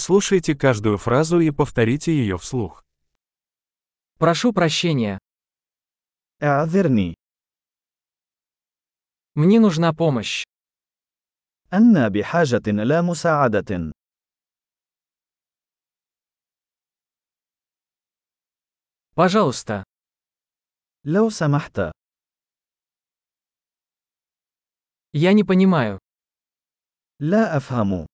Прослушайте каждую фразу и повторите ее вслух. Прошу прощения. اعذرني Мне нужна помощь. أنا بحاجة إلى مساعدة Пожалуйста. لو سمحت Я не понимаю. لا أفهم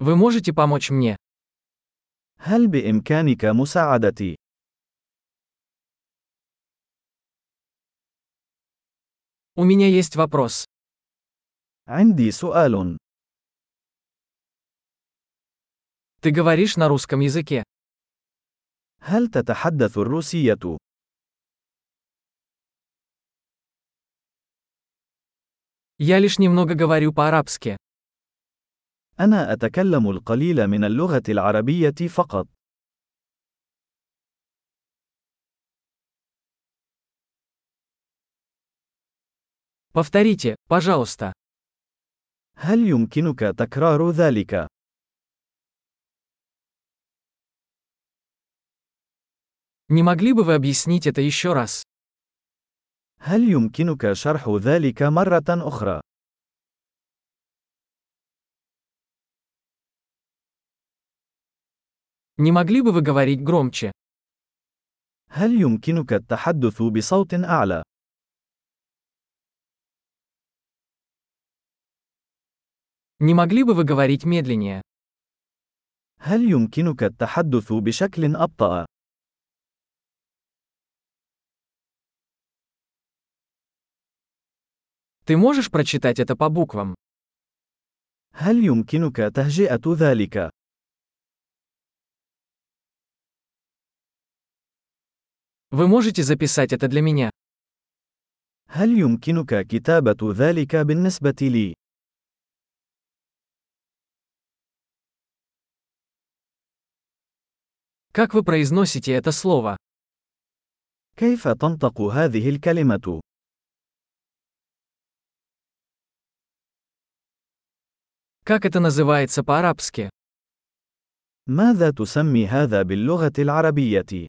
Вы можете помочь мне? هل بإمكانك مساعدتي У меня есть вопрос. عندي سؤال Ты говоришь на русском языке? هل تتحدث الروسية Я лишь немного говорю по-арабски. أنا أتكلم القليل من اللغة العربية فقط Повторите, пожалуйста. هل يمكنك تكرار ذلك Не могли бы вы объяснить это еще раз? هل يمكنك شرح ذلك مرة أخرى Не могли бы вы говорить громче? هل يمكنك التحدث بصوت أعلى Не могли бы вы говорить медленнее? هل يمكنك التحدث بشكل أبطأ Ты можешь прочитать это по буквам? هل يمكنك تهجئة ذلك Вы можете записать это для меня? هل يمكنك كتابة ذلك بالنسبة لي؟ Как вы произносите это слово? كيف تنطق هذه الكلمة؟ Как это называется по-арабски? ماذا تسمي هذا باللغة العربية؟